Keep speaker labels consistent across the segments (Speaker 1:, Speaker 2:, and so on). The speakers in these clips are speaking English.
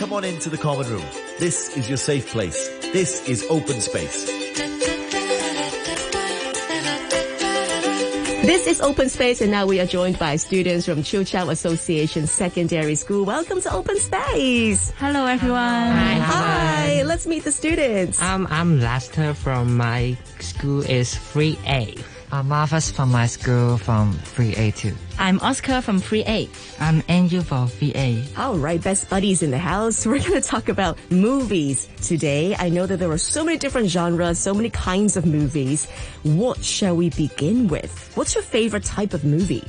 Speaker 1: Come on into the common room. This is your safe place. This is open space.
Speaker 2: This is Open Space, and now we are joined by students from Chiu Association Secondary School. Welcome to Open Space.
Speaker 3: Hello everyone.
Speaker 2: Hi, let's meet the students.
Speaker 4: Um, I'm Lester from my school is 3A.
Speaker 5: I'm Marvis from my school from 3A2.
Speaker 3: I'm Oscar from 3A.
Speaker 5: I'm Andrew for VA.
Speaker 2: All right, best buddies in the house. We're going to talk about movies today. I know that there are so many different genres, so many kinds of movies. What shall we begin with? What's your favorite type of movie?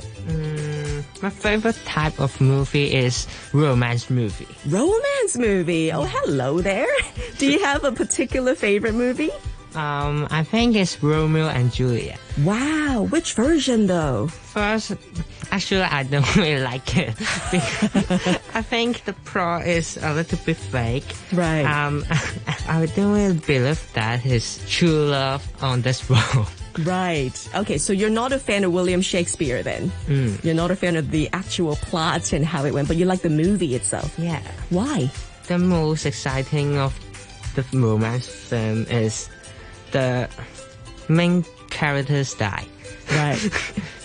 Speaker 4: My favorite type of movie is romance movie.
Speaker 2: Romance movie. Oh, hello there. Do you have a particular favorite movie?
Speaker 4: Um, I think it's Romeo and Juliet.
Speaker 2: Wow, which version though?
Speaker 4: First, actually, I don't really like it. I think the plot is a little bit fake.
Speaker 2: Right.
Speaker 4: Um, I don't really believe that his true love on this world.
Speaker 2: Right. Okay, so you're not a fan of William Shakespeare then? You're not a fan of the actual plot and how it went, but you like the movie itself.
Speaker 4: Yeah.
Speaker 2: Why?
Speaker 4: the most exciting of the romance film is the main character's die
Speaker 2: Right.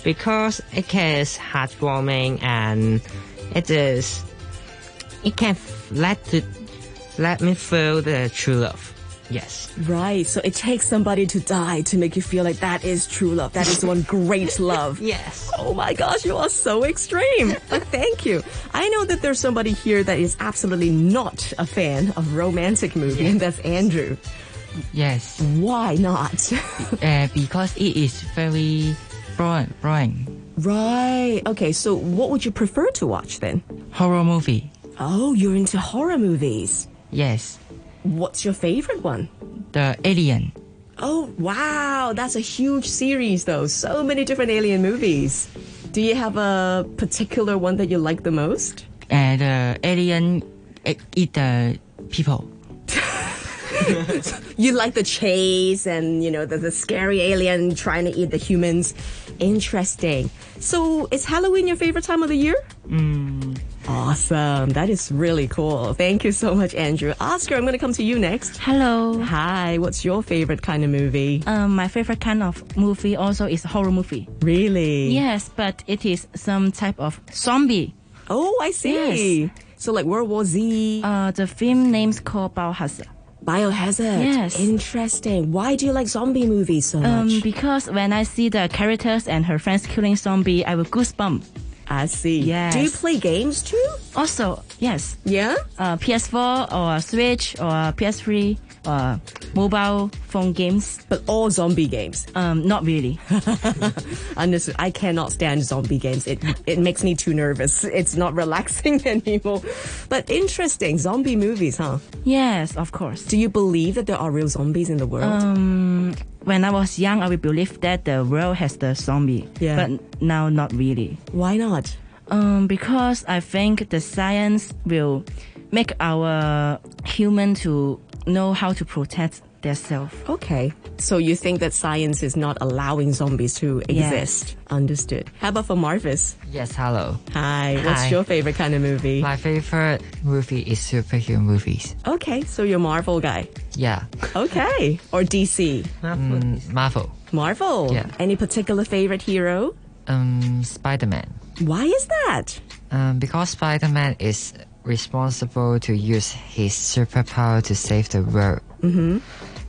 Speaker 4: because it is heartwarming and it is it can f- let to let me feel the true love. Yes,
Speaker 2: right. So it takes somebody to die to make you feel like that is true love. That is one great love.
Speaker 4: yes.
Speaker 2: Oh my gosh, you are so extreme. But thank you. I know that there's somebody here that is absolutely not a fan of romantic movies, and that's Andrew.
Speaker 5: Yes,
Speaker 2: Why not?
Speaker 5: uh, because it is very boring, boring.
Speaker 2: right. Okay, so what would you prefer to watch then?
Speaker 5: Horror movie.
Speaker 2: Oh, you're into horror movies.
Speaker 5: Yes,
Speaker 2: What's your favorite one?
Speaker 5: the alien.
Speaker 2: Oh, wow. That's a huge series, though. So many different alien movies. Do you have a particular one that you like the most?
Speaker 5: Uh, the alien e- eat the people.
Speaker 2: You like the chase and, you know, the, the scary alien trying to eat the humans. Interesting. So, is Halloween your favorite time of the year? Awesome. That is really cool. Thank you so much, Andrew. Oscar, I'm going to come to you next.
Speaker 3: Hello.
Speaker 2: Hi, what's your favorite kind of movie?
Speaker 3: Um, my favorite kind of movie also is horror movie.
Speaker 2: Really?
Speaker 3: Yes, but it is some type of zombie.
Speaker 2: Oh, I see.
Speaker 3: Yes.
Speaker 2: So like World War Z,
Speaker 3: Uh, the film name's called Biohazard.
Speaker 2: Biohazard.
Speaker 3: yes.
Speaker 2: Interesting. Why do you like zombie movies so
Speaker 3: Um,
Speaker 2: much?
Speaker 3: because when I see the characters and her friends killing zombie, I will goosebump.
Speaker 2: I see.
Speaker 3: yes.
Speaker 2: Do you play games too?
Speaker 3: Also, yes,
Speaker 2: Yeah.
Speaker 3: uh, PS4 or Switch or PS3 or mobile phone games.
Speaker 2: But all zombie games.
Speaker 3: Um, not really.
Speaker 2: Understood. I cannot stand zombie games. It it makes me too nervous. It's not relaxing anymore. But interesting zombie movies, huh?
Speaker 3: yes, of course.
Speaker 2: Do you believe that there are real zombies in the world?
Speaker 3: Um, Mm, When I was young, I would believe that the world has the zombie.
Speaker 2: Yeah.
Speaker 3: But now, not really.
Speaker 2: Why not?
Speaker 3: Um, because I think the science will make our human to know how to protect themselves.
Speaker 2: Okay. So you think that science is not allowing zombies to exist? Understood. How about for Marvis?
Speaker 5: Yes, hello.
Speaker 2: Hi, what's
Speaker 5: Hi.
Speaker 2: your favorite kind of movie?
Speaker 5: My favorite movie is superhero movies.
Speaker 2: Okay, so you're a Marvel guy.
Speaker 5: Yeah,
Speaker 2: Okay. or DC.
Speaker 5: Mm, Marvel.
Speaker 2: Marvel.
Speaker 5: Yeah.
Speaker 2: Any particular favorite hero?
Speaker 5: Um, Spider-Man.
Speaker 2: Why is that?
Speaker 5: Um, because Spider-Man is responsible to use his superpower to save the world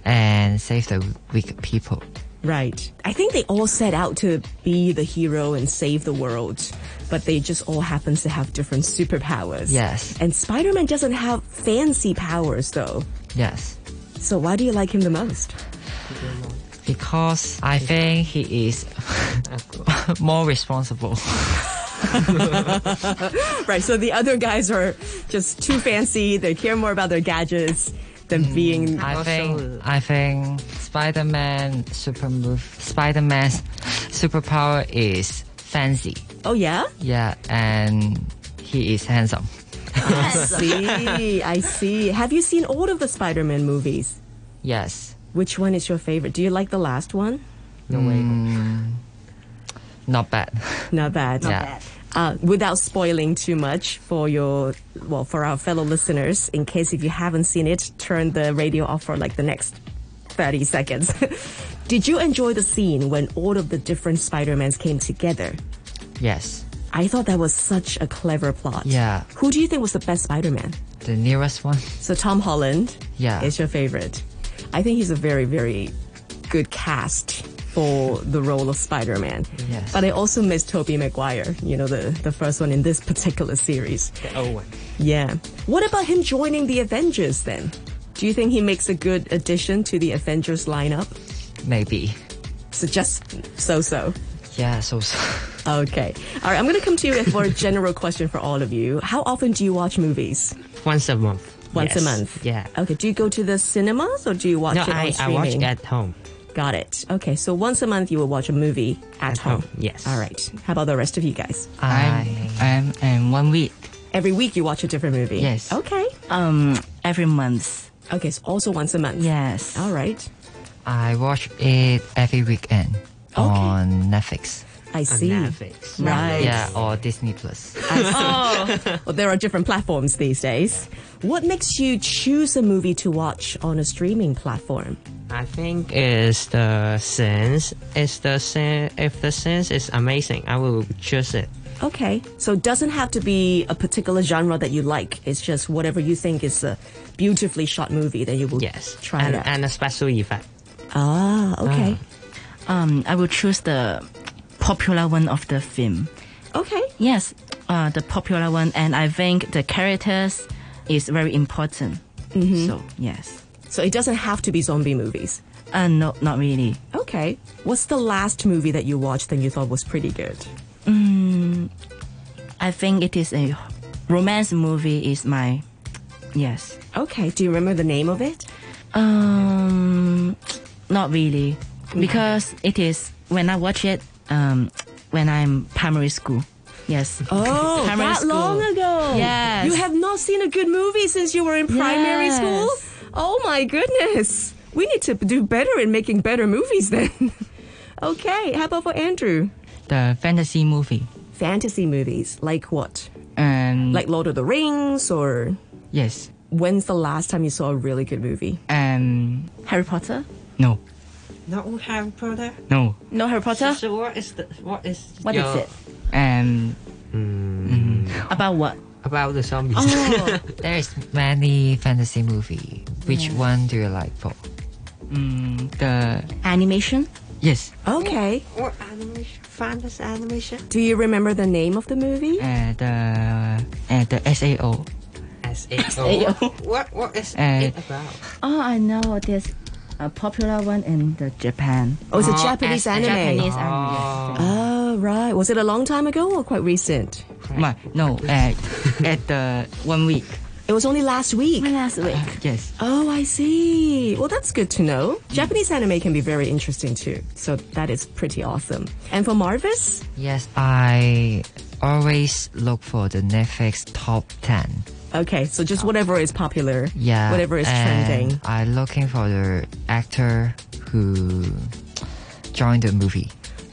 Speaker 5: and save the weak people.
Speaker 2: Right. I think they all set out to be the hero and save the world, but they just all happen to have different superpowers.
Speaker 5: Yes.
Speaker 2: And Spider Man doesn't have fancy powers though.
Speaker 5: Yes,
Speaker 2: So why do you like him the most?
Speaker 5: because I think he is more responsible.
Speaker 2: Right, so the other guys are just too fancy, they care more about their gadgets than
Speaker 5: Hmm.
Speaker 2: being
Speaker 5: I
Speaker 4: Also-
Speaker 5: think I think Spider-Man super move Spider-Man's superpower is fancy.
Speaker 2: Oh yeah?
Speaker 5: Yeah, and he is handsome.
Speaker 2: I see, I see. Have you seen all of the Spider Man movies?
Speaker 5: Yes.
Speaker 2: Which one is your favorite? Do you like the last one?
Speaker 5: No way. Not bad.
Speaker 2: Not bad.
Speaker 5: Yeah.
Speaker 2: uh, without spoiling too much for your well for our fellow listeners in case if you haven't seen it turn the radio off for like the next 30 seconds did you enjoy the scene when all of the different spider-mans came together
Speaker 5: Yes.
Speaker 2: i thought that was such a clever plot
Speaker 5: Yeah.
Speaker 2: who do you think was the best spider-man
Speaker 5: The nearest one.
Speaker 2: so Tom Holland
Speaker 5: Yeah.
Speaker 2: is your favorite. I think he's a very, very good cast for the role of Spider-Man.
Speaker 5: Yes.
Speaker 2: But I also miss Tobey Maguire, you know, the, the first one in this particular series.
Speaker 4: Oh, one.
Speaker 2: Yeah. What about him joining the Avengers then? Do you think he makes a good addition to the Avengers lineup?
Speaker 5: Maybe.
Speaker 2: So just so-so.
Speaker 5: Yeah, so, so
Speaker 2: Okay. All right, I'm going to come to you for a general question for all of you. How often do you watch movies?
Speaker 4: Once a month.
Speaker 2: Once
Speaker 4: Yes.
Speaker 2: a month?
Speaker 4: Yeah.
Speaker 2: Okay, do you go to the cinemas or do you watch it
Speaker 4: No,
Speaker 2: on
Speaker 4: I, I
Speaker 2: streaming?
Speaker 4: watch at home.
Speaker 2: Got it. Okay, so once a month you will watch a movie at, home.
Speaker 4: home, yes.
Speaker 2: All right. How about the rest of you guys?
Speaker 5: I
Speaker 6: I'm in one week.
Speaker 2: Every week you watch a different movie.
Speaker 5: Yes.
Speaker 2: Okay.
Speaker 3: Um, every month.
Speaker 2: Okay, so also once a month.
Speaker 3: Yes.
Speaker 2: All right.
Speaker 5: I watch it every weekend on Netflix.
Speaker 2: I
Speaker 4: On
Speaker 2: see.
Speaker 4: Netflix.
Speaker 2: Right.
Speaker 5: Yeah, or Disney Plus.
Speaker 2: Well, there are different platforms these days. What makes you choose a movie to watch on a streaming platform?
Speaker 4: I think is the sense. Is the sen- if the sense is amazing, I will choose it.
Speaker 2: Okay. So it doesn't have to be a particular genre that you like. It's just whatever you think is a beautifully shot movie that you will
Speaker 4: Yes.
Speaker 2: try
Speaker 4: and,
Speaker 2: it out.
Speaker 4: and a special effect.
Speaker 2: ah, okay.
Speaker 3: Um, I will choose the popular one of the film.
Speaker 4: Ah.
Speaker 2: Okay.
Speaker 3: Yes, uh, the popular one, and I think the characters is very important. So yes,
Speaker 2: So it doesn't have to be zombie movies.
Speaker 3: uh, no, not really.
Speaker 2: Okay. What's the last movie that you watched and you thought was pretty good?
Speaker 3: I think it is a romance movie. Is my yes.
Speaker 2: Okay. Do you remember the name of it?
Speaker 3: Um, not really, because it is when I watch it. Um, when I'm primary school. Yes.
Speaker 2: Oh,
Speaker 3: Primary
Speaker 2: that
Speaker 3: school.
Speaker 2: long ago.
Speaker 3: Yes.
Speaker 2: You have not seen a good movie since you were in primary
Speaker 3: Yes.
Speaker 2: school? Oh my goodness. We need to do better in making better movies then. okay. How about for Andrew?
Speaker 6: The fantasy movie.
Speaker 2: Fantasy movies. Like what?
Speaker 6: Um,
Speaker 2: Like Lord of the Rings or
Speaker 6: yes.
Speaker 2: when's the last time you saw a really good movie?
Speaker 6: Um,
Speaker 3: Harry Potter.
Speaker 6: no,
Speaker 4: Not Harry Potter.
Speaker 6: no.
Speaker 3: No Harry Potter.
Speaker 4: So what is the what is
Speaker 3: What is it
Speaker 6: Um,
Speaker 3: about? What?
Speaker 4: about the zombies?
Speaker 5: There is many fantasy movie. Which one do you like, Paul?
Speaker 6: Mm, the
Speaker 3: Animation.
Speaker 6: yes.
Speaker 2: Okay.
Speaker 4: what animation? Fantasy animation?
Speaker 2: Do you remember the name of the movie?
Speaker 6: Uh, the uh, the SAO.
Speaker 4: S A O. What what is
Speaker 6: Uh,
Speaker 4: it about?
Speaker 3: Oh, I know. There's a popular one in the Japan.
Speaker 2: Oh, it's a Japanese anime.
Speaker 3: Japanese anime. yes.
Speaker 2: Oh, right. Was it a long time ago or quite recent?
Speaker 6: Ma- no, uh, at the one week.
Speaker 2: It was only last week.
Speaker 3: Last week.
Speaker 6: Yes.
Speaker 2: Oh, I see. Well, that's good to know. Japanese anime can be very interesting too. So that is pretty awesome. And for Marvis?
Speaker 5: Yes, I always look for the Netflix top 10.
Speaker 2: Okay, so just whatever is popular.
Speaker 5: Yeah.
Speaker 2: Whatever is
Speaker 5: and
Speaker 2: trending.
Speaker 5: I'm looking for the actor who joined the movie.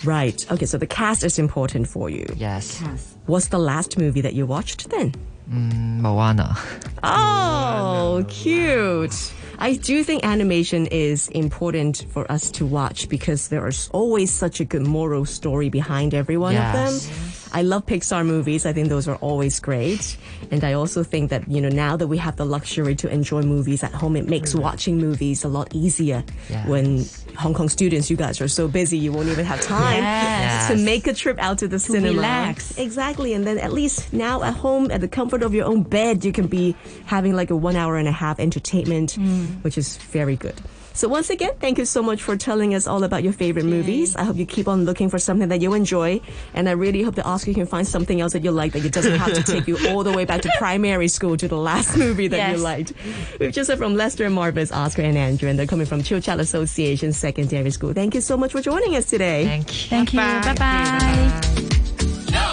Speaker 2: Right. Okay, so the cast is important for you.
Speaker 5: Yes.
Speaker 6: Hmm.
Speaker 2: What's the last movie that you watched then?
Speaker 5: Moana.
Speaker 2: Oh, cute. I do think animation is important for us to watch because there is always such a good moral story behind every one
Speaker 5: Yes.
Speaker 2: of them. I love Pixar movies. I think those are always great. And I also think that, you know, now that we have the luxury to enjoy movies at home, it makes watching movies a lot easier.
Speaker 5: Yes.
Speaker 2: When Hong Kong students, you guys are so busy, you won't even have time
Speaker 3: Yes.
Speaker 2: to make a trip out to the cinema.
Speaker 3: relax.
Speaker 2: Exactly. And then at least now at home, at the comfort of your own bed, you can be having like a one hour and a half entertainment, which is very good. So once again, thank you so much for telling us all about your favorite movies. I hope you keep on looking for something that you enjoy. And I really hope that Oscar can find something else that you like that it doesn't have to take you all the way back to primary school to the last movie that you
Speaker 3: Yes.
Speaker 2: liked. We've just heard from Lester, Marvis, Oscar, and Andrew, and they're coming from Chill Chat Association Secondary School. Thank you so much for joining us today.
Speaker 5: Thank you.
Speaker 3: Thank you. Bye bye.